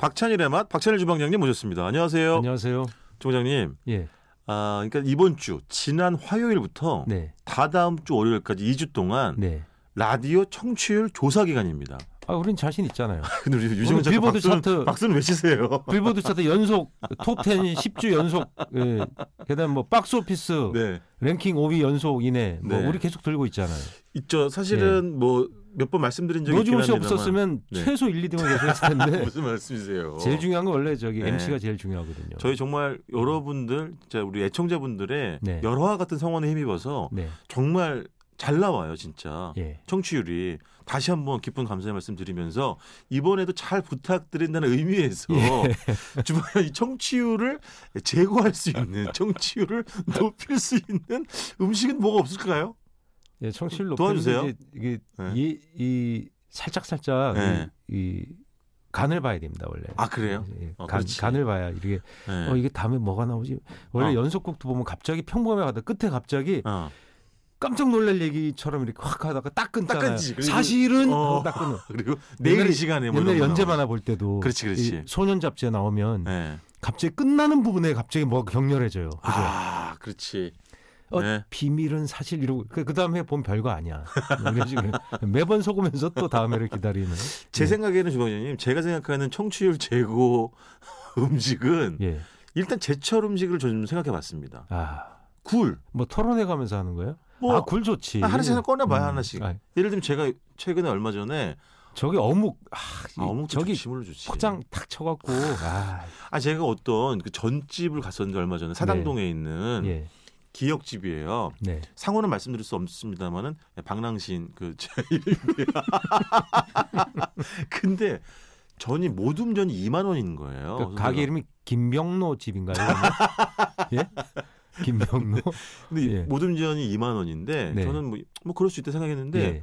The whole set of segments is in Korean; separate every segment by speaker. Speaker 1: 박찬일의 맛 박찬일 주방장님 모셨습니다. 안녕하세요.
Speaker 2: 안녕하세요.
Speaker 1: 주방장님.
Speaker 2: 예.
Speaker 1: 아, 그러니까 이번 주 지난 화요일부터
Speaker 2: 네.
Speaker 1: 다다음 주 월요일까지 2주 동안
Speaker 2: 네.
Speaker 1: 라디오 청취율 조사 기간입니다.
Speaker 2: 아, 우린 자신 있잖아요.
Speaker 1: 근데 우리 유시민
Speaker 2: 오늘
Speaker 1: 작가
Speaker 2: 빌보드
Speaker 1: 박수는,
Speaker 2: 차트.
Speaker 1: 박수는 왜 치세요?
Speaker 2: 빌보드 차트 연속 톱10 10주 연속 예. 게다가 뭐 박스 오피스
Speaker 1: 네.
Speaker 2: 랭킹 5위 연속 이내 뭐
Speaker 1: 네.
Speaker 2: 우리 계속 들고 있잖아요.
Speaker 1: 있죠. 사실은 뭐 몇 번 말씀드린 적이 있긴
Speaker 2: 네. 노중훈 씨
Speaker 1: 합니다만.
Speaker 2: 없었으면
Speaker 1: 네.
Speaker 2: 최소 1, 2등을 계속 했을 텐데
Speaker 1: 무슨 말씀이세요?
Speaker 2: 제일 중요한 건 원래 저기
Speaker 1: 네.
Speaker 2: MC가 제일 중요하거든요.
Speaker 1: 저희 정말 여러분들, 진짜 우리 애청자분들의
Speaker 2: 네.
Speaker 1: 열화와 같은 성원에 힘입어서
Speaker 2: 네.
Speaker 1: 정말 잘 나와요, 진짜.
Speaker 2: 예.
Speaker 1: 청취율이 다시 한번 깊은 감사의 말씀 드리면서 이번에도 잘 부탁드린다는 의미에서
Speaker 2: 예.
Speaker 1: 주말 이 청취율을 제고할 수 있는 청취율을 높일 수 있는 음식은 뭐가 없을까요?
Speaker 2: 예, 청취율 높이
Speaker 1: 도와주세요.
Speaker 2: 이게
Speaker 1: 네.
Speaker 2: 이, 이 살짝 살짝
Speaker 1: 네.
Speaker 2: 이, 이 간을 봐야 됩니다, 원래.
Speaker 1: 아 그래요?
Speaker 2: 예,
Speaker 1: 어,
Speaker 2: 간,
Speaker 1: 그렇지.
Speaker 2: 간을 봐야 이게
Speaker 1: 네.
Speaker 2: 어 이게 다음에 뭐가 나오지? 원래
Speaker 1: 어.
Speaker 2: 연속곡도 보면 갑자기 평범해 가다 끝에 갑자기
Speaker 1: 어.
Speaker 2: 깜짝 놀랄 얘기처럼 이렇게 확 하다가 딱
Speaker 1: 딱
Speaker 2: 끊잖아요.
Speaker 1: 끊지. 그리고-
Speaker 2: 사실은
Speaker 1: 어.
Speaker 2: 하고 딱 끊어.
Speaker 1: 그리고 내일 이
Speaker 2: 옛날에-
Speaker 1: 시간에 뭐
Speaker 2: 옛날
Speaker 1: 이런 거
Speaker 2: 연재
Speaker 1: 나오고.
Speaker 2: 만화 볼 때도
Speaker 1: 그렇지, 그렇지.
Speaker 2: 이 소년 잡지에 나오면
Speaker 1: 네.
Speaker 2: 갑자기 끝나는 부분에 갑자기 뭐가 격렬해져요. 그죠?
Speaker 1: 아 그렇지.
Speaker 2: 어,
Speaker 1: 네.
Speaker 2: 비밀은 사실 이러고 그 다음에 보면 별거 아니야. 뭐 이런 식으로 매번 속으면서 또 다음에를 기다리는.
Speaker 1: 제
Speaker 2: 예.
Speaker 1: 생각에는 주방장님 제가 생각하는 청취율 제고 음식은
Speaker 2: 예.
Speaker 1: 일단 제철 음식을 좀 생각해봤습니다.
Speaker 2: 아.
Speaker 1: 굴.
Speaker 2: 뭐 토론회 가면서 하는 거예요?
Speaker 1: 뭐
Speaker 2: 아, 굴 좋지.
Speaker 1: 아, 하나씩 하나 꺼내봐요 하나씩.
Speaker 2: 아,
Speaker 1: 예를 들면 제가 최근에 얼마 전에
Speaker 2: 저기 어묵. 아, 이-
Speaker 1: 아, 어묵
Speaker 2: 저기
Speaker 1: 저기 지물로 좋지.
Speaker 2: 포장 탁 쳐갖고 아,
Speaker 1: 아 제가 어떤 그 전집을 갔었는데 얼마 전에 사당동에 있는
Speaker 2: 예,
Speaker 1: 기역집이에요.
Speaker 2: 네.
Speaker 1: 상호는 말씀드릴 수 없습니다만은 예, 방랑신 그제 이름이야. 근데 전이 모둠전이 2만 원인 거예요.
Speaker 2: 그
Speaker 1: 어, 그래서
Speaker 2: 가게
Speaker 1: 제가
Speaker 2: 이름이 김병로 집인가요? 그러면? 예, 김병로.
Speaker 1: 근데 이
Speaker 2: 예.
Speaker 1: 모둠전이 2만 원인데
Speaker 2: 네.
Speaker 1: 저는 뭐, 뭐 그럴 수 있다 생각했는데
Speaker 2: 예,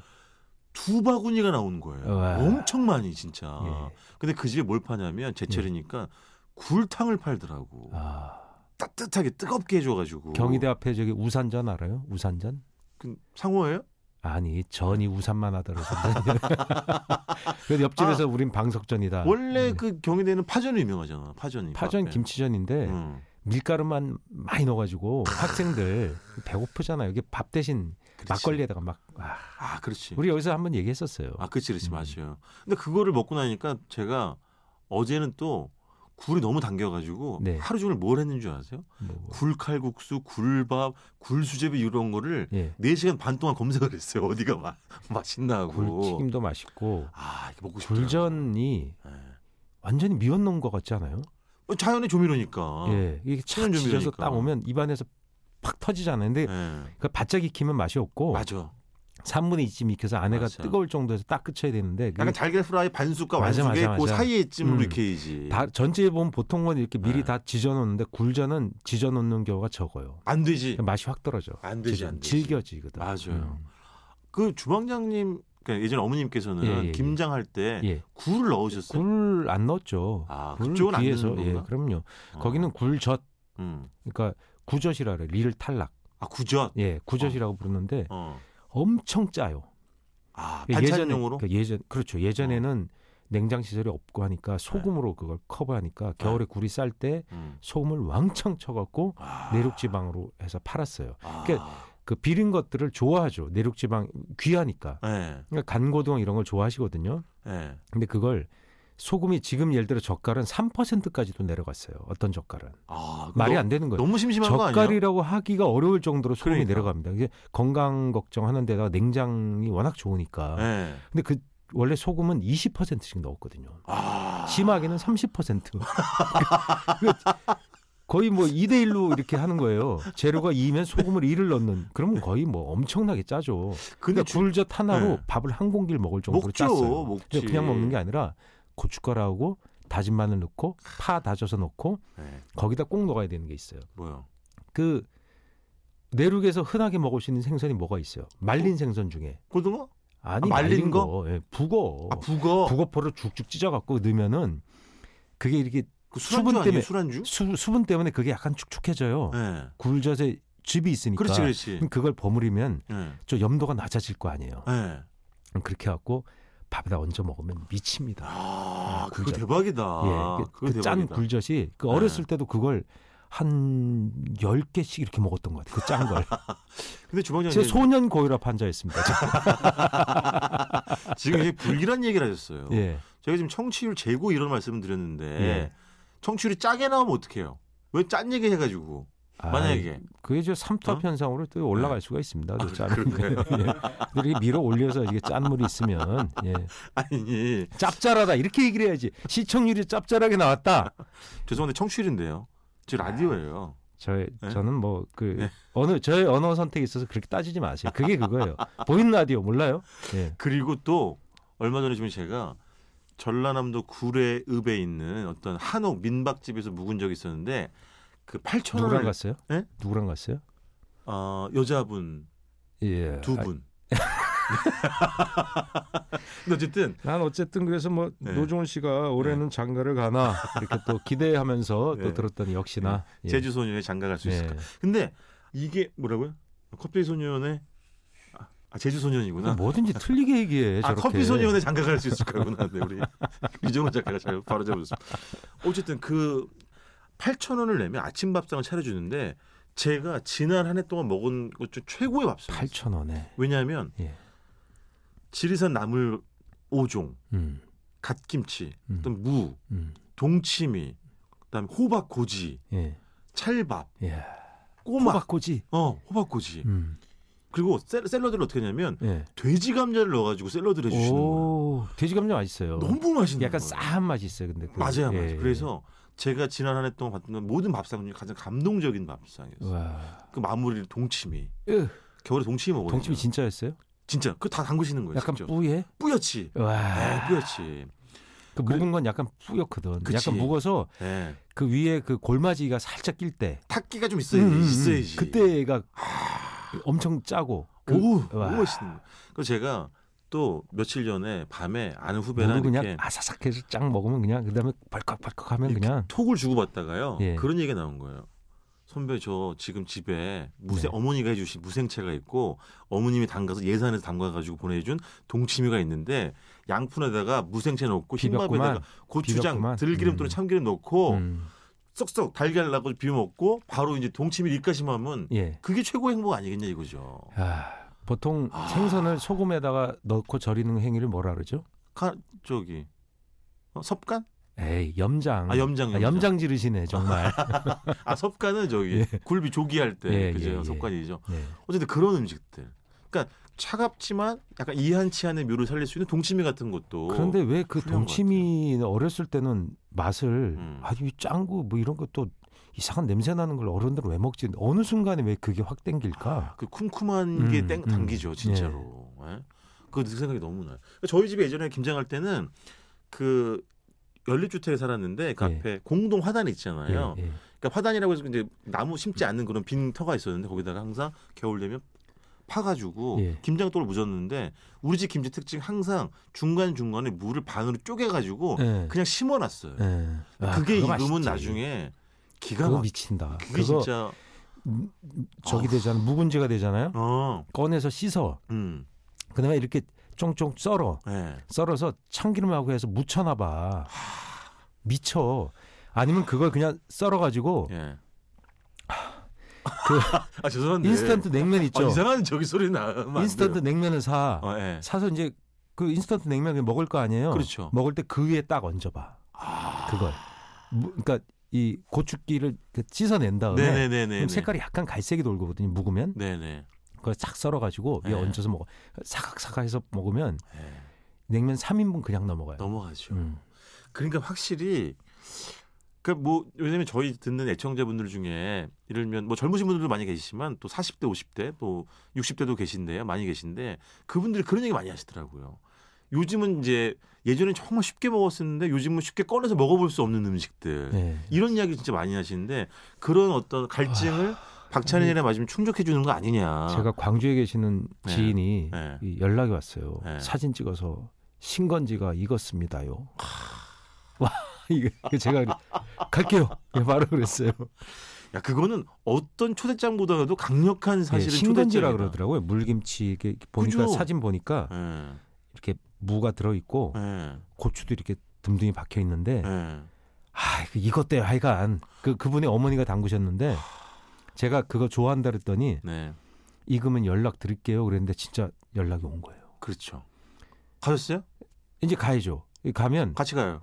Speaker 1: 두 바구니가 나온 거예요.
Speaker 2: 와.
Speaker 1: 엄청 많이 진짜.
Speaker 2: 예.
Speaker 1: 근데 그 집에 뭘 파냐면 제철이니까 굴탕을 팔더라고.
Speaker 2: 네. 아,
Speaker 1: 따뜻하게 뜨겁게 해줘가지고.
Speaker 2: 경희대 앞에 저기 우산전 알아요? 우산전?
Speaker 1: 그 상호예요?
Speaker 2: 아니 전이 우산만 하더라고. 그래서 옆집에서 우린 방석전이다.
Speaker 1: 아. 원래
Speaker 2: 네.
Speaker 1: 그 경희대는 파전이 유명하잖아. 파전이.
Speaker 2: 파전
Speaker 1: 그 앞에.
Speaker 2: 김치전인데
Speaker 1: 음.
Speaker 2: 밀가루만 많이 넣어가지고 학생들 배고프잖아요. 이게 밥 대신
Speaker 1: 그렇지.
Speaker 2: 막걸리에다가 막 아,
Speaker 1: 아 그렇지.
Speaker 2: 우리 여기서 한번 얘기했었어요.
Speaker 1: 아 그렇지 그렇지
Speaker 2: 음.
Speaker 1: 맞아요. 근데 그거를 먹고 나니까 제가 어제는 또 굴이 너무 당겨가지고
Speaker 2: 네.
Speaker 1: 하루 종일 뭘 했는 줄 아세요?
Speaker 2: 뭐,
Speaker 1: 굴칼국수, 굴밥, 굴수제비 이런 거를
Speaker 2: 예.
Speaker 1: 네 시간 반 동안 검색을 했어요. 어디가 마, 맛있나 하고.
Speaker 2: 굴튀김도 맛있고
Speaker 1: 아 이게 먹고 싶더라고요.
Speaker 2: 굴전이
Speaker 1: 예.
Speaker 2: 완전히 미원농 것 같지 않아요?
Speaker 1: 어, 자연의 조미료니까.
Speaker 2: 예, 이게 착
Speaker 1: 천연
Speaker 2: 지져서
Speaker 1: 조미료니까.
Speaker 2: 딱 오면 입안에서 팍 터지잖아요. 근데
Speaker 1: 예.
Speaker 2: 그 바짝 익히면 맛이 없고
Speaker 1: 맞아.
Speaker 2: 3분의 2쯤 익혀서 안에가
Speaker 1: 맞아.
Speaker 2: 뜨거울 정도에서 딱 그쳐야 되는데 그
Speaker 1: 약간 달걀 프라이 반숙과
Speaker 2: 맞아,
Speaker 1: 완숙의
Speaker 2: 맞아,
Speaker 1: 그
Speaker 2: 맞아.
Speaker 1: 사이에 찜으로
Speaker 2: 음.
Speaker 1: 이렇게 해야지.
Speaker 2: 다 전체에 보면 보통 건 이렇게 미리
Speaker 1: 네.
Speaker 2: 다 지져 놓는데 굴전은 지져 놓는 경우가 적어요.
Speaker 1: 안 되지.
Speaker 2: 맛이 확 떨어져.
Speaker 1: 네. 안 되지,
Speaker 2: 지져-
Speaker 1: 안 되지.
Speaker 2: 음. 질겨지거든. 음.
Speaker 1: 맞아요. 그 주방장님, 그러니까 예전 어머님께서는
Speaker 2: 예, 예, 예.
Speaker 1: 김장할 때
Speaker 2: 예.
Speaker 1: 굴을 넣으셨어요.
Speaker 2: 굴 안 넣었죠.
Speaker 1: 네. 아,
Speaker 2: 굴
Speaker 1: 그쪽은 안
Speaker 2: 뒤에서-
Speaker 1: 넣는
Speaker 2: 예,
Speaker 1: 건가?
Speaker 2: 그럼요.
Speaker 1: 어.
Speaker 2: 거기는 굴젓
Speaker 1: 음.
Speaker 2: 그러니까 구젓이라 그래. 리를 탈락.
Speaker 1: 아 구젓.
Speaker 2: 예, 구젓이라고 부르는데
Speaker 1: 어.
Speaker 2: 엄청 짜요.
Speaker 1: 아
Speaker 2: 예,
Speaker 1: 반찬용으로. 어.
Speaker 2: 예전에, 그 예전 그렇죠. 예전에는 냉장 시설이 없고 하니까 소금으로 그걸
Speaker 1: 네.
Speaker 2: 커버하니까 겨울에 굴이 쌀 때
Speaker 1: 음.
Speaker 2: 소금을 왕창 쳐갖고
Speaker 1: 아.
Speaker 2: 내륙 지방으로 해서 팔았어요.
Speaker 1: 아.
Speaker 2: 그 비린 것들을 좋아하죠. 내륙 지방 귀하니까.
Speaker 1: 예.
Speaker 2: 그러니까 간고등 이런 걸 좋아하시거든요.
Speaker 1: 예.
Speaker 2: 근데 그걸 소금이 지금 예를 들어 젓갈은 3%까지도 내려갔어요. 어떤 젓갈은
Speaker 1: 아
Speaker 2: 말이
Speaker 1: 너-
Speaker 2: 안 되는 거예요.
Speaker 1: 너무 심심한 거 아니에요?
Speaker 2: 젓갈이라고 하기가 어려울 정도로 소금이
Speaker 1: 그러니까.
Speaker 2: 내려갑니다. 이게 건강 걱정하는 데다가 냉장이 워낙 좋으니까.
Speaker 1: 예.
Speaker 2: 근데 그 원래 소금은 20%씩 넣었거든요.
Speaker 1: 아.
Speaker 2: 심하게는 30%. 거의 뭐 2대 1로 이렇게 하는 거예요. 재료가 2면 소금을 1을 넣는. 그러면 거의 뭐 엄청나게 짜죠.
Speaker 1: 근데
Speaker 2: 근데
Speaker 1: 주-
Speaker 2: 굴젓 하나로
Speaker 1: 네.
Speaker 2: 밥을 한 공기를 먹을 정도로
Speaker 1: 먹죠,
Speaker 2: 짰어요.
Speaker 1: 먹지.
Speaker 2: 근데 그냥 먹는 게 아니라 고춧가루하고 다진 마늘 넣고 파 다져서 넣고
Speaker 1: 예.
Speaker 2: 거기다 꼭 넣어야 되는 게 있어요.
Speaker 1: 뭐요?
Speaker 2: 그 내륙에서 흔하게 먹을 수 있는 생선이 뭐가 있어요? 말린 생선 중에
Speaker 1: 고등어?
Speaker 2: 아니
Speaker 1: 아, 말린
Speaker 2: 말린, 거, 예, 북어.
Speaker 1: 아 북어.
Speaker 2: 북어포를 죽죽 찢어갖고 넣으면은 그게 이렇게
Speaker 1: 그
Speaker 2: 수분
Speaker 1: 술안주 아니에요?
Speaker 2: 때문에-
Speaker 1: 술안주?
Speaker 2: 수, 그러니까. 수분 때문에 그게 약간 축축해져요.
Speaker 1: 예.
Speaker 2: 굴젓에 즙이 있으니까.
Speaker 1: 그렇지 그렇지.
Speaker 2: 그걸 버무리면
Speaker 1: 예.
Speaker 2: 저 염도가 낮아질 거 아니에요.
Speaker 1: 예.
Speaker 2: 그럼 그렇게 해갖고 밥에다 얹어 먹으면 미칩니다.
Speaker 1: 아, 그거
Speaker 2: 굴젓.
Speaker 1: 대박이다.
Speaker 2: 예,
Speaker 1: 아, 그거
Speaker 2: 그 짠
Speaker 1: 대박이다. 네.
Speaker 2: 굴젓이 그 어렸을 때도 그걸 한 10개씩 이렇게 먹었던 것 같아요. 그 짠
Speaker 1: 네,
Speaker 2: 걸.
Speaker 1: 근데 주방장님
Speaker 2: 제 소년 고혈압 환자였습니다. 저.
Speaker 1: 지금 이제 불길한 얘기를 하셨어요.
Speaker 2: 예.
Speaker 1: 제가 지금 청취율 재고 이런 말씀을 드렸는데
Speaker 2: 예.
Speaker 1: 청취율이 짜게 나오면 어떡해요? 왜 짠 얘기 해가지고 만약에
Speaker 2: 아, 그게 저 삼투압
Speaker 1: 어?
Speaker 2: 현상으로 또 올라갈 수가 있습니다. 또
Speaker 1: 아,
Speaker 2: 짠.
Speaker 1: 그런가요?
Speaker 2: 예. 이렇게 밀어 올려서 이게 짠물이 있으면 예.
Speaker 1: 아니
Speaker 2: 짭짤하다 이렇게 얘기를 해야지. 시청률이 짭짤하게 나왔다.
Speaker 1: 죄송한데 청취율인데요. 제
Speaker 2: 아.
Speaker 1: 라디오예요.
Speaker 2: 저
Speaker 1: 예?
Speaker 2: 저는 뭐 그
Speaker 1: 예.
Speaker 2: 언어 저의 언어 선택에 있어서 그렇게 따지지 마세요. 그게 그거예요. 보이는 라디오 몰라요? 예.
Speaker 1: 그리고 또 얼마 전에 지금 제가 전라남도 구례읍에 있는 어떤 한옥 민박집에서 묵은 적이 있었는데 그 8천
Speaker 2: 누구랑
Speaker 1: 원을
Speaker 2: 갔어요?
Speaker 1: 예?
Speaker 2: 누구랑 갔어요?
Speaker 1: 어, 여자분
Speaker 2: 예.
Speaker 1: 두
Speaker 2: 아,
Speaker 1: 분. 근데 어쨌든
Speaker 2: 난 어쨌든 그래서 뭐
Speaker 1: 네.
Speaker 2: 노종훈 씨가 올해는 장가를 가나 이렇게 또 기대하면서
Speaker 1: 네.
Speaker 2: 또 들었더니 역시나 예.
Speaker 1: 제주 소녀에 장가 갈 수
Speaker 2: 예.
Speaker 1: 있을까? 근데 이게 뭐라고요? 커피 소년의 아, 아, 제주 소년이구나.
Speaker 2: 뭐든지 틀리게 얘기해.
Speaker 1: 아
Speaker 2: 저렇게.
Speaker 1: 커피 소년에 장가 갈 수 있을까구나. 네, 우리 유정원 작가가 잘 바로 잡아줬습니다. 어쨌든 그 8천 원을 내면 아침 밥상을 차려주는데 제가 지난 한 해 동안 먹은 것 중 최고의 밥상.
Speaker 2: 8천 원에.
Speaker 1: 왜냐하면
Speaker 2: 예.
Speaker 1: 지리산 나물 5종,
Speaker 2: 음.
Speaker 1: 갓김치,
Speaker 2: 음.
Speaker 1: 또 무,
Speaker 2: 음.
Speaker 1: 동치미, 그다음에 호박 고지,
Speaker 2: 예.
Speaker 1: 찰밥,
Speaker 2: 예.
Speaker 1: 꼬막,
Speaker 2: 호박꼬지.
Speaker 1: 어 호박 고지.
Speaker 2: 음.
Speaker 1: 그리고 샐- 샐러드를 어떻게 하냐면
Speaker 2: 예.
Speaker 1: 돼지 감자를 넣어가지고 샐러드를 해주시는 거예요.
Speaker 2: 오. 돼지 감자 맛있어요.
Speaker 1: 너무 맛있는
Speaker 2: 약간
Speaker 1: 거예요.
Speaker 2: 싸한 맛이 있어요. 근데 그,
Speaker 1: 음. 맞아요, 맞아요.
Speaker 2: 예,
Speaker 1: 그래서 제가 지난 한 해 동안 봤던 모든 밥상 중에 가장 감동적인
Speaker 2: 예.
Speaker 1: 밥상이었어요.
Speaker 2: 와.
Speaker 1: 그 마무리를 동치미.
Speaker 2: 으,
Speaker 1: 겨울에 동치미 먹어요.
Speaker 2: 동치미 진짜였어요?
Speaker 1: 진짜 그거 다 담그시는 거예요.
Speaker 2: 약간
Speaker 1: 직접.
Speaker 2: 뿌예? 아.
Speaker 1: 뿌옇지.
Speaker 2: 와.
Speaker 1: 네, 뿌옇지.
Speaker 2: 그 묵은 건 약간 뿌옇거든.
Speaker 1: 그치.
Speaker 2: 약간 묵어서
Speaker 1: 네.
Speaker 2: 그 위에 그 골마지가 살짝 낄 때.
Speaker 1: 탁기가 좀 있어야지.
Speaker 2: 음, 음, 음.
Speaker 1: 있어야지. 아.
Speaker 2: 그때가 엄청 짜고. 그,
Speaker 1: 오우,
Speaker 2: 와.
Speaker 1: 너무 맛있는 거. 그래서 제가 또 며칠 전에 밤에 아는
Speaker 2: 물을
Speaker 1: 후배랑
Speaker 2: 그냥
Speaker 1: 이렇게
Speaker 2: 아사삭해서 쫙 먹으면 그냥 그다음에 벌컥벌컥하면
Speaker 1: 이렇게
Speaker 2: 그냥
Speaker 1: 톡을 주고 받다가요.
Speaker 2: 예.
Speaker 1: 그런 얘기가 나온 거예요. 선배 저 지금 집에 무생
Speaker 2: 네.
Speaker 1: 어머니가 해주신 무생채가 있고 어머님이 담가서 예산에서 담가가지고 보내준 동치미가 있는데 양푼에다가 무생채 넣고
Speaker 2: 비볐구만.
Speaker 1: 흰밥에다가 고추장
Speaker 2: 비볐구만.
Speaker 1: 들기름
Speaker 2: 음.
Speaker 1: 또는 참기름 넣고
Speaker 2: 음,
Speaker 1: 쏙쏙 달걀 넣고 비벼 먹고 바로 이제 동치미 입가심하면
Speaker 2: 예.
Speaker 1: 그게 최고의 행복 아니겠냐 이거죠.
Speaker 2: 아, 보통
Speaker 1: 아.
Speaker 2: 생선을 소금에다가 넣고 절이는 행위를 뭐라 그러죠?
Speaker 1: 가, 저기 어, 섭간?
Speaker 2: 에이, 염장.
Speaker 1: 아 염장
Speaker 2: 아, 염장 지르시네 정말.
Speaker 1: 아 섭간은 저기 굴비 조기할 때
Speaker 2: 예,
Speaker 1: 그죠
Speaker 2: 예, 예.
Speaker 1: 섭간이죠.
Speaker 2: 예.
Speaker 1: 어쨌든 그런 음식들. 그러니까 차갑지만 약간 이한치한의 묘를 살릴 수 있는 동치미 같은 것도.
Speaker 2: 그런데 왜 그
Speaker 1: 훌륭한 것
Speaker 2: 동치미 어렸을 때는 맛을
Speaker 1: 음.
Speaker 2: 아주 짱구 뭐 이런 것도 이상한 냄새 나는 걸 어른들은 왜 먹지? 어느 순간에 왜 그게 확 땡길까?
Speaker 1: 그 쿰쿰한 게
Speaker 2: 음,
Speaker 1: 땡
Speaker 2: 음.
Speaker 1: 당기죠, 진짜로. 예? 그그 생각이 너무 나요. 그러니까 저희 집에 예전에 김장할 때는 그 연립주택에 살았는데 그
Speaker 2: 예.
Speaker 1: 앞에 공동 화단이 있잖아요.
Speaker 2: 예, 예.
Speaker 1: 그러니까 화단이라고 해서 이제 나무 심지 않는 그런 빈 터가 있었는데 거기다가 항상 겨울 되면 파가지고
Speaker 2: 예.
Speaker 1: 김장돌을 묻었는데 우리 집 김치 특징 항상 중간 중간에 물을 반으로 쪼개가지고
Speaker 2: 예.
Speaker 1: 그냥 심어놨어요.
Speaker 2: 예. 아,
Speaker 1: 그게
Speaker 2: 그거
Speaker 1: 익으면
Speaker 2: 맛있지.
Speaker 1: 나중에 기가
Speaker 2: 그거
Speaker 1: 막.
Speaker 2: 미친다.
Speaker 1: 그게
Speaker 2: 그거
Speaker 1: 진짜.
Speaker 2: 음, 저기 되잖아. 묵은지가 되잖아요.
Speaker 1: 어.
Speaker 2: 꺼내서 씻어.
Speaker 1: 음.
Speaker 2: 그다음에 이렇게 쫑쫑 썰어.
Speaker 1: 예.
Speaker 2: 썰어서 참기름하고 해서 무쳐나 봐. 미쳐. 아니면 그걸 그냥 썰어 가지고
Speaker 1: 예.
Speaker 2: 그
Speaker 1: 아 죄송한데.
Speaker 2: 인스턴트 냉면
Speaker 1: 아,
Speaker 2: 있죠.
Speaker 1: 이상한 저기 소리 나. 하면 안
Speaker 2: 인스턴트
Speaker 1: 돼요.
Speaker 2: 냉면을 사.
Speaker 1: 어, 예.
Speaker 2: 사서 이제 그 인스턴트 냉면 그냥 먹을 거 아니에요.
Speaker 1: 그렇죠. 아.
Speaker 2: 먹을 때 그 위에 딱 얹어봐. 그걸. 무- 그러니까 이 고추기를 그 씻어낸 다음에
Speaker 1: 네네네네.
Speaker 2: 그럼 색깔이 약간 갈색이 돌거든요. 묵으면
Speaker 1: 네네.
Speaker 2: 그걸 싹 썰어가지고 위에
Speaker 1: 네.
Speaker 2: 얹어서 먹어. 사각사각해서 먹으면
Speaker 1: 예.
Speaker 2: 냉면 3인분 그냥 넘어가요.
Speaker 1: 넘어가죠.
Speaker 2: 음.
Speaker 1: 그러니까 확실히. 그러니까 뭐 왜냐면 저희 듣는 애청자분들 중에 이를면 뭐 젊으신 분들도 많이 계시지만 또 40대, 50대, 뭐 60대도 계신데요. 많이 계신데 그분들이 그런 얘기 많이 하시더라고요. 요즘은 이제 예전엔 정말 쉽게 먹었었는데 요즘은 쉽게 꺼내서 먹어볼 수 없는 음식들.
Speaker 2: 네.
Speaker 1: 이런 이야기 진짜 많이 하시는데 그런 어떤 갈증을 박찬일이랑 맞으면 충족해 주는 거 아니냐.
Speaker 2: 아, 제가 광주에 계시는
Speaker 1: 네.
Speaker 2: 지인이
Speaker 1: 네.
Speaker 2: 이 연락이 왔어요.
Speaker 1: 네.
Speaker 2: 사진 찍어서 신건지가 익었습니다요. 와 이거 이거 제가 그래- 갈게요. 예, 바로 그랬어요.
Speaker 1: 야 그거는 어떤 초대장보다도 강력한
Speaker 2: 예,
Speaker 1: 사실은
Speaker 2: 신건지라
Speaker 1: 초대장이다.
Speaker 2: 그러더라고요. 물김치 이게 보니까
Speaker 1: 그죠?
Speaker 2: 사진 보니까
Speaker 1: 예.
Speaker 2: 이렇게 무가 들어 있고
Speaker 1: 예.
Speaker 2: 고추도 이렇게 듬둥이 박혀 있는데
Speaker 1: 예.
Speaker 2: 아 이거 익었대요 하여간 그 그분의 어머니가 담그셨는데 제가 그거 좋아한다 그랬더니
Speaker 1: 네.
Speaker 2: 익으면 연락 드릴게요 그랬는데 진짜 연락이 온 거예요.
Speaker 1: 그렇죠. 가셨어요?
Speaker 2: 이제 가야죠. 가면
Speaker 1: 같이 가요.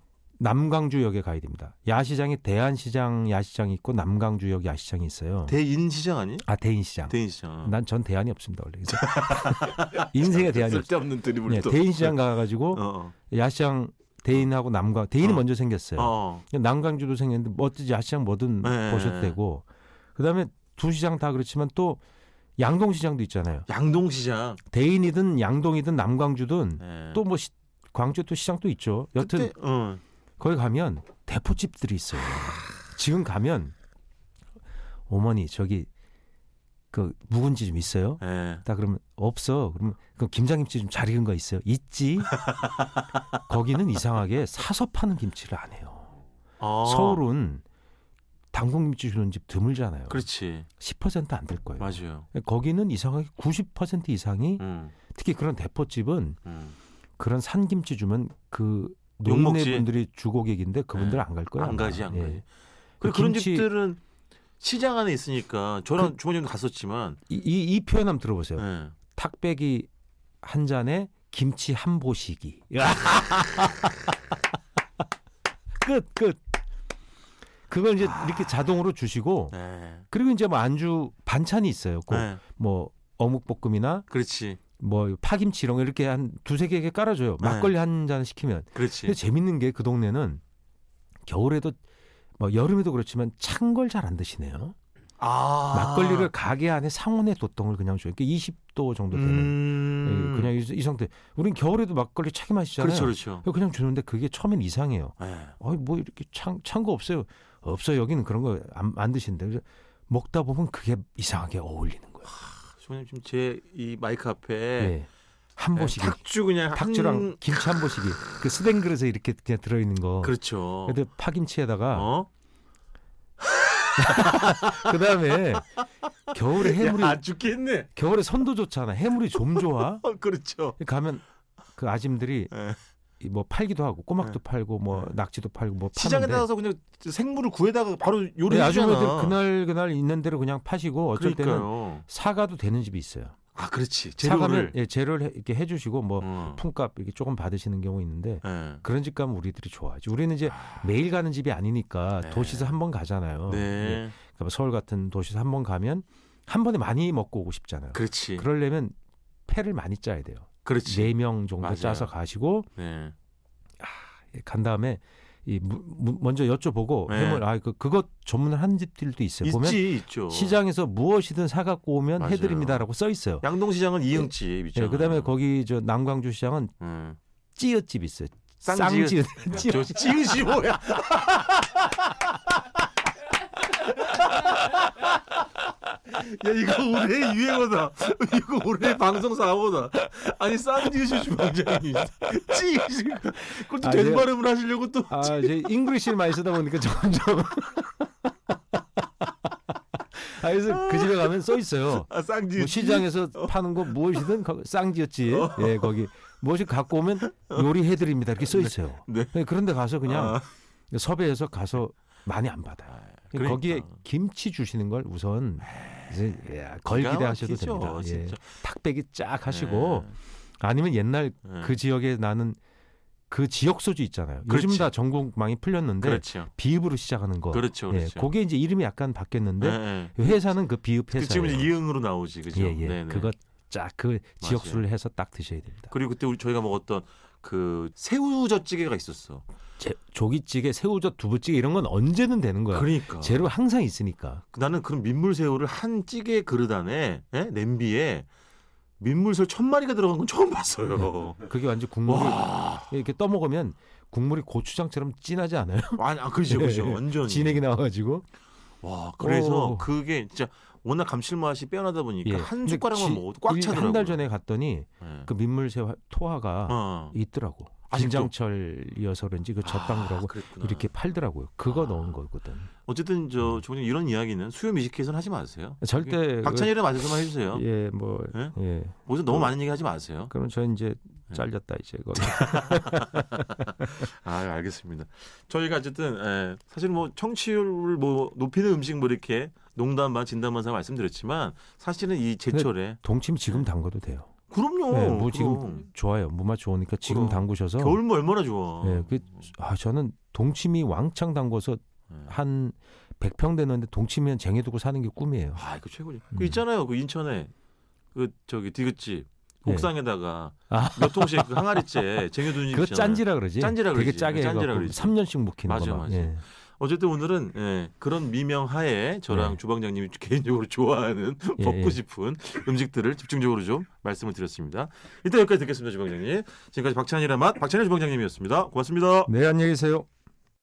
Speaker 2: 남강주역에 가야 됩니다. 야시장이 대한시장 야시장이 있고 남강주역 야시장이 있어요.
Speaker 1: 대인 시장 아니?
Speaker 2: 아 대인시장.
Speaker 1: 대인시장.
Speaker 2: 난 전 대안이 없습니다 원래. 그래서 인생에 네, 대안이 없어요.
Speaker 1: 쓸데없는 드립을
Speaker 2: 네,
Speaker 1: 또.
Speaker 2: 대인시장 가가지고
Speaker 1: 어.
Speaker 2: 야시장 대인하고 남강 대인이
Speaker 1: 어.
Speaker 2: 먼저 생겼어요.
Speaker 1: 어.
Speaker 2: 그냥 남강주도 생겼는데 뭐 어찌 야시장 뭐든
Speaker 1: 네.
Speaker 2: 보셔도 되고 그다음에 두 시장 다 그렇지만 또 양동시장도 있잖아요.
Speaker 1: 양동시장.
Speaker 2: 대인이든 양동이든 남강주든
Speaker 1: 네.
Speaker 2: 또 뭐 광주 또 시장 도 있죠. 여튼
Speaker 1: 그때, 어.
Speaker 2: 거기 가면 대포집들이 있어요. 지금 가면 어머니 저기 그 묵은지 좀 있어요?
Speaker 1: 예.
Speaker 2: 딱 그러면 없어. 그러면 그 김장김치 좀 잘 익은 거 있어요? 있지. 거기는 이상하게 사서 파는 김치를 안 해요.
Speaker 1: 어.
Speaker 2: 서울은 당근김치 주는 집 드물잖아요.
Speaker 1: 그렇지.
Speaker 2: 10%안 될 거예요.
Speaker 1: 맞아요.
Speaker 2: 거기는 이상하게 90% 이상이
Speaker 1: 음.
Speaker 2: 특히 그런 대포집은
Speaker 1: 음.
Speaker 2: 그런 산김치 주면 그
Speaker 1: 욕먹지.
Speaker 2: 농내 분들이 주고객인데 그분들
Speaker 1: 네.
Speaker 2: 안 갈 거야.
Speaker 1: 안
Speaker 2: 아마.
Speaker 1: 가지, 안
Speaker 2: 예.
Speaker 1: 가지.
Speaker 2: 그
Speaker 1: 그리고 그런
Speaker 2: 김치- 그
Speaker 1: 집들은 시장 안에 있으니까 저랑 주머니도 갔었지만
Speaker 2: 이, 이, 이 표현 한번 들어보세요.
Speaker 1: 예.
Speaker 2: 탁배기 한 잔에 김치 한 보시기. 끝 끝. 그걸 이제 이렇게 자동으로 주시고
Speaker 1: 네.
Speaker 2: 그리고 이제 뭐 안주 반찬이 있어요. 꼭
Speaker 1: 네.
Speaker 2: 뭐 어묵 볶음이나
Speaker 1: 그렇지.
Speaker 2: 뭐 파김치 이런 거 이렇게 한 두세 개 이렇게 깔아줘요.
Speaker 1: 네. 예.
Speaker 2: 막걸리 한 잔 시키면. 근데
Speaker 1: 그렇지.
Speaker 2: 재밌는 게 그 동네는 겨울에도 뭐 여름에도 그렇지만 찬 걸 잘 안 드시네요.
Speaker 1: 아.
Speaker 2: 막걸리를 가게 안에 상온에 뒀던 걸 그냥 줘요. 그러니까 20도 정도 되는.
Speaker 1: 음.
Speaker 2: 예, 그냥 이, 이 상태. 우린 겨울에도 막걸리 차게 마시잖아요.
Speaker 1: 그렇죠, 그렇죠.
Speaker 2: 냥 주는데 그게 처음엔 이상해요.
Speaker 1: 예.
Speaker 2: 아이 뭐 이렇게 찬 거 없어요. 없어요. 여기는 그런 거 안 드신대. 그래서 먹다 보면 그게 이상하게 어울리는 거예요.
Speaker 1: 소장님 지금 제 이 마이크 앞에
Speaker 2: 예. 한
Speaker 1: 예,
Speaker 2: 보시기.
Speaker 1: 네. 탁주 그냥
Speaker 2: 닭주랑
Speaker 1: 한...
Speaker 2: 김치 한 보시기. 그 스된 그릇에 이렇게 그냥 들어 있는 거.
Speaker 1: 그렇죠.
Speaker 2: 근데 파김치에다가
Speaker 1: 어?
Speaker 2: 그다음에 겨울에 해물이
Speaker 1: 야, 아. 안 죽겠네.
Speaker 2: 겨울에 선도 좋잖아. 해물이 좀 좋아.
Speaker 1: 어, 그렇죠.
Speaker 2: 가면 그 아짐들이
Speaker 1: 예.
Speaker 2: 이뭐 팔기도 하고 꼬막도 팔고 뭐
Speaker 1: 네.
Speaker 2: 낙지도 팔고 뭐
Speaker 1: 시장에
Speaker 2: 파는데
Speaker 1: 나가서 그냥 생물을 구해다가 바로 요리해
Speaker 2: 네,
Speaker 1: 주잖아.
Speaker 2: 아주머니들 그날 그날 있는 대로 그냥 파시고 어쩔 때는
Speaker 1: 그러니까요.
Speaker 2: 사가도 되는 집이 있어요.
Speaker 1: 아, 그렇지.
Speaker 2: 사가면
Speaker 1: 재료를.
Speaker 2: 예, 재료를 해- 이렇게 해주시고 뭐
Speaker 1: 어.
Speaker 2: 품값 이렇게 조금 받으시는 경우 있는데
Speaker 1: 예.
Speaker 2: 그런 집 가면 우리들이 좋아하죠. 우리는 이제 매일 가는 집이 아니니까
Speaker 1: 네.
Speaker 2: 도시에서 한 번 가잖아요. 예,
Speaker 1: 네.
Speaker 2: 그러니까 뭐 서울 같은 도시에서 한 번 가면 한 번에 많이 먹고 오고 싶잖아요.
Speaker 1: 그렇지. 예.
Speaker 2: 그러려면 패를 많이 짜야 돼요.
Speaker 1: 그렇지.
Speaker 2: 네 명 정도
Speaker 1: 맞아요.
Speaker 2: 짜서 가시고
Speaker 1: 네.
Speaker 2: 예, 간 다음에 이 무- 무- 먼저 여쭤보고
Speaker 1: 네.
Speaker 2: 해물 아 그, 그것 전문을 하는 집들도 있어요. 보면
Speaker 1: 있지, 있죠.
Speaker 2: 시장에서 무엇이든 사갖고 오면
Speaker 1: 맞아요. 그렇죠.
Speaker 2: 해드립니다라고 써 있어요.
Speaker 1: 양동시장은 이응집 있죠. 네.
Speaker 2: 예, 그다음에 거기 저 남광주 시장은
Speaker 1: 음.
Speaker 2: 찌읒집 있어요.
Speaker 1: 쌍지읒.
Speaker 2: 쌍지읒. 찌읒.
Speaker 1: 저 찌읒이 뭐야? 야 이거 올해 유행어다. 이거 올해 방송 사고다. 아니 쌍지읒이 주방장이 찌읒이. 그것도
Speaker 2: 아,
Speaker 1: 된
Speaker 2: 네.
Speaker 1: 발음을 하시려고 또.
Speaker 2: 아, 이제 잉글리시를 많이 쓰다 보니까 점점. 아, 그래서 그 집에 가면 써 있어요.
Speaker 1: 아 쌍지읒. 어.
Speaker 2: 뭐 시장에서 파는 거 무엇이든 거- 쌍지였지. 예, 거기 무엇이 갖고 오면 요리해 드립니다. 이렇게 써 있어요.
Speaker 1: 네.
Speaker 2: 예, 그런데 가서 그냥
Speaker 1: 아,
Speaker 2: 그러니까 섭외해서 가서 많이 안 받아요.
Speaker 1: 그러니까. 아,
Speaker 2: 거기에 김치 주시는 걸 우선 이제 야, 걸
Speaker 1: 기가
Speaker 2: 기대하셔도
Speaker 1: 막히죠,
Speaker 2: 됩니다. 예.
Speaker 1: 진짜.
Speaker 2: 탁배기 쫙 하시고 아니면 옛날
Speaker 1: 예, 예.
Speaker 2: 그 지역에 나는 그 지역 소주 있잖아요.
Speaker 1: 그렇지.
Speaker 2: 요즘 다 전국 많이 풀렸는데
Speaker 1: 그렇죠.
Speaker 2: 비읍으로 시작하는 거.
Speaker 1: 그렇죠.
Speaker 2: 예,
Speaker 1: 그렇죠.
Speaker 2: 그게 이제 이름이 약간 바뀌었는데
Speaker 1: 예,
Speaker 2: 회사는 그 비읍
Speaker 1: 예.
Speaker 2: 회사.
Speaker 1: 지금 이제 이응으로 나오지 그죠?
Speaker 2: 예, 예.
Speaker 1: 네네.
Speaker 2: 그거 쫙 그 지역수를 해서 딱 드셔야 됩니다.
Speaker 1: 그리고 그때 우리 저희가 먹었던 그 새우젓찌개가 있었어.
Speaker 2: 제- 조기찌개, 새우젓, 두부찌개 이런 건 언제든 되는 거야.
Speaker 1: 그러니까
Speaker 2: 재료 항상 있으니까.
Speaker 1: 나는 그런 민물새우를 한 찌개 그릇 안에 예? 냄비에 민물새우 천 마리가 들어간 건 처음 봤어요.
Speaker 2: 그게 완전 국물을
Speaker 1: 와,
Speaker 2: 이렇게 떠먹으면 국물이 고추장처럼 진하지 않아요?
Speaker 1: 아니, 아, 그죠, 그죠,
Speaker 2: 예, 예.
Speaker 1: 완전.
Speaker 2: 진액이 나와가지고.
Speaker 1: 와, 그래서
Speaker 2: 오.
Speaker 1: 그게 진짜 워낙 감칠맛이 빼어나다 보니까
Speaker 2: 예.
Speaker 1: 그러니까 한
Speaker 2: 근데
Speaker 1: 숟가락만
Speaker 2: 지-
Speaker 1: 먹어도 꽉 차더라고요.
Speaker 2: 한달 전에 갔더니
Speaker 1: 예.
Speaker 2: 그 민물새 우 토화가
Speaker 1: 어.
Speaker 2: 있더라고.
Speaker 1: 아직도? 아,
Speaker 2: 김장철이어서 그런지 그 젖방구라고
Speaker 1: 그랬구나.
Speaker 2: 이렇게 팔더라고요. 그거
Speaker 1: 아.
Speaker 2: 넣은 거거든.
Speaker 1: 어쨌든 저 조원님 이런 이야기는 수요 미식회에서는 하지 마세요.
Speaker 2: 절대
Speaker 1: 박찬일의 맛에서만 해주세요.
Speaker 2: 그- 예, 뭐
Speaker 1: 예?
Speaker 2: 예.
Speaker 1: 거기서 너무 많은 얘기 하지 마세요.
Speaker 2: 그럼 저 이제
Speaker 1: 예.
Speaker 2: 잘렸다 이제 거.
Speaker 1: 아 알겠습니다. 저희가 어쨌든 예, 사실 뭐 청취율을 뭐 높이는 음식 뭐 이렇게 농담 반 진담 반사 말씀드렸지만 사실은 이 제철에
Speaker 2: 동침 지금 담가도 돼요.
Speaker 1: 그럼요.
Speaker 2: 네, 뭐
Speaker 1: 어, 그럼.
Speaker 2: 지금 좋아요. 무맛 좋으니까 지금
Speaker 1: 그럼.
Speaker 2: 담그셔서
Speaker 1: 겨울무 얼마나 좋아.
Speaker 2: 예, 그- 아 저는 동치미 왕창 담궈서
Speaker 1: 예.
Speaker 2: 한 100평 되는데 동치미는 쟁여두고 사는 게 꿈이에요.
Speaker 1: 아 이거 최고지.
Speaker 2: 음.
Speaker 1: 그 있잖아요. 그 인천에 그 저기 디귿집 옥상에다가
Speaker 2: 네. 아.
Speaker 1: 몇 통씩 그 항아리째 쟁여두는 집
Speaker 2: 그거
Speaker 1: 있잖아요.
Speaker 2: 짠지라 그러지.
Speaker 1: 짠지라
Speaker 2: 되게
Speaker 1: 그러지.
Speaker 2: 짜게
Speaker 1: 짠지라
Speaker 2: 해갖고
Speaker 1: 그러지.
Speaker 2: 3년씩 묵히는
Speaker 1: 맞아,
Speaker 2: 거. 막.
Speaker 1: 맞아.
Speaker 2: 예.
Speaker 1: 어쨌든 오늘은 예, 그런 미명하에 저랑
Speaker 2: 네.
Speaker 1: 주방장님이 개인적으로 좋아하는
Speaker 2: 예,
Speaker 1: 먹고
Speaker 2: 예.
Speaker 1: 싶은 음식들을 집중적으로 좀 말씀을 드렸습니다. 일단 여기까지 듣겠습니다, 주방장님. 지금까지 박찬일의 맛 박찬일 주방장님이었습니다. 고맙습니다.
Speaker 2: 네, 안녕히 계세요.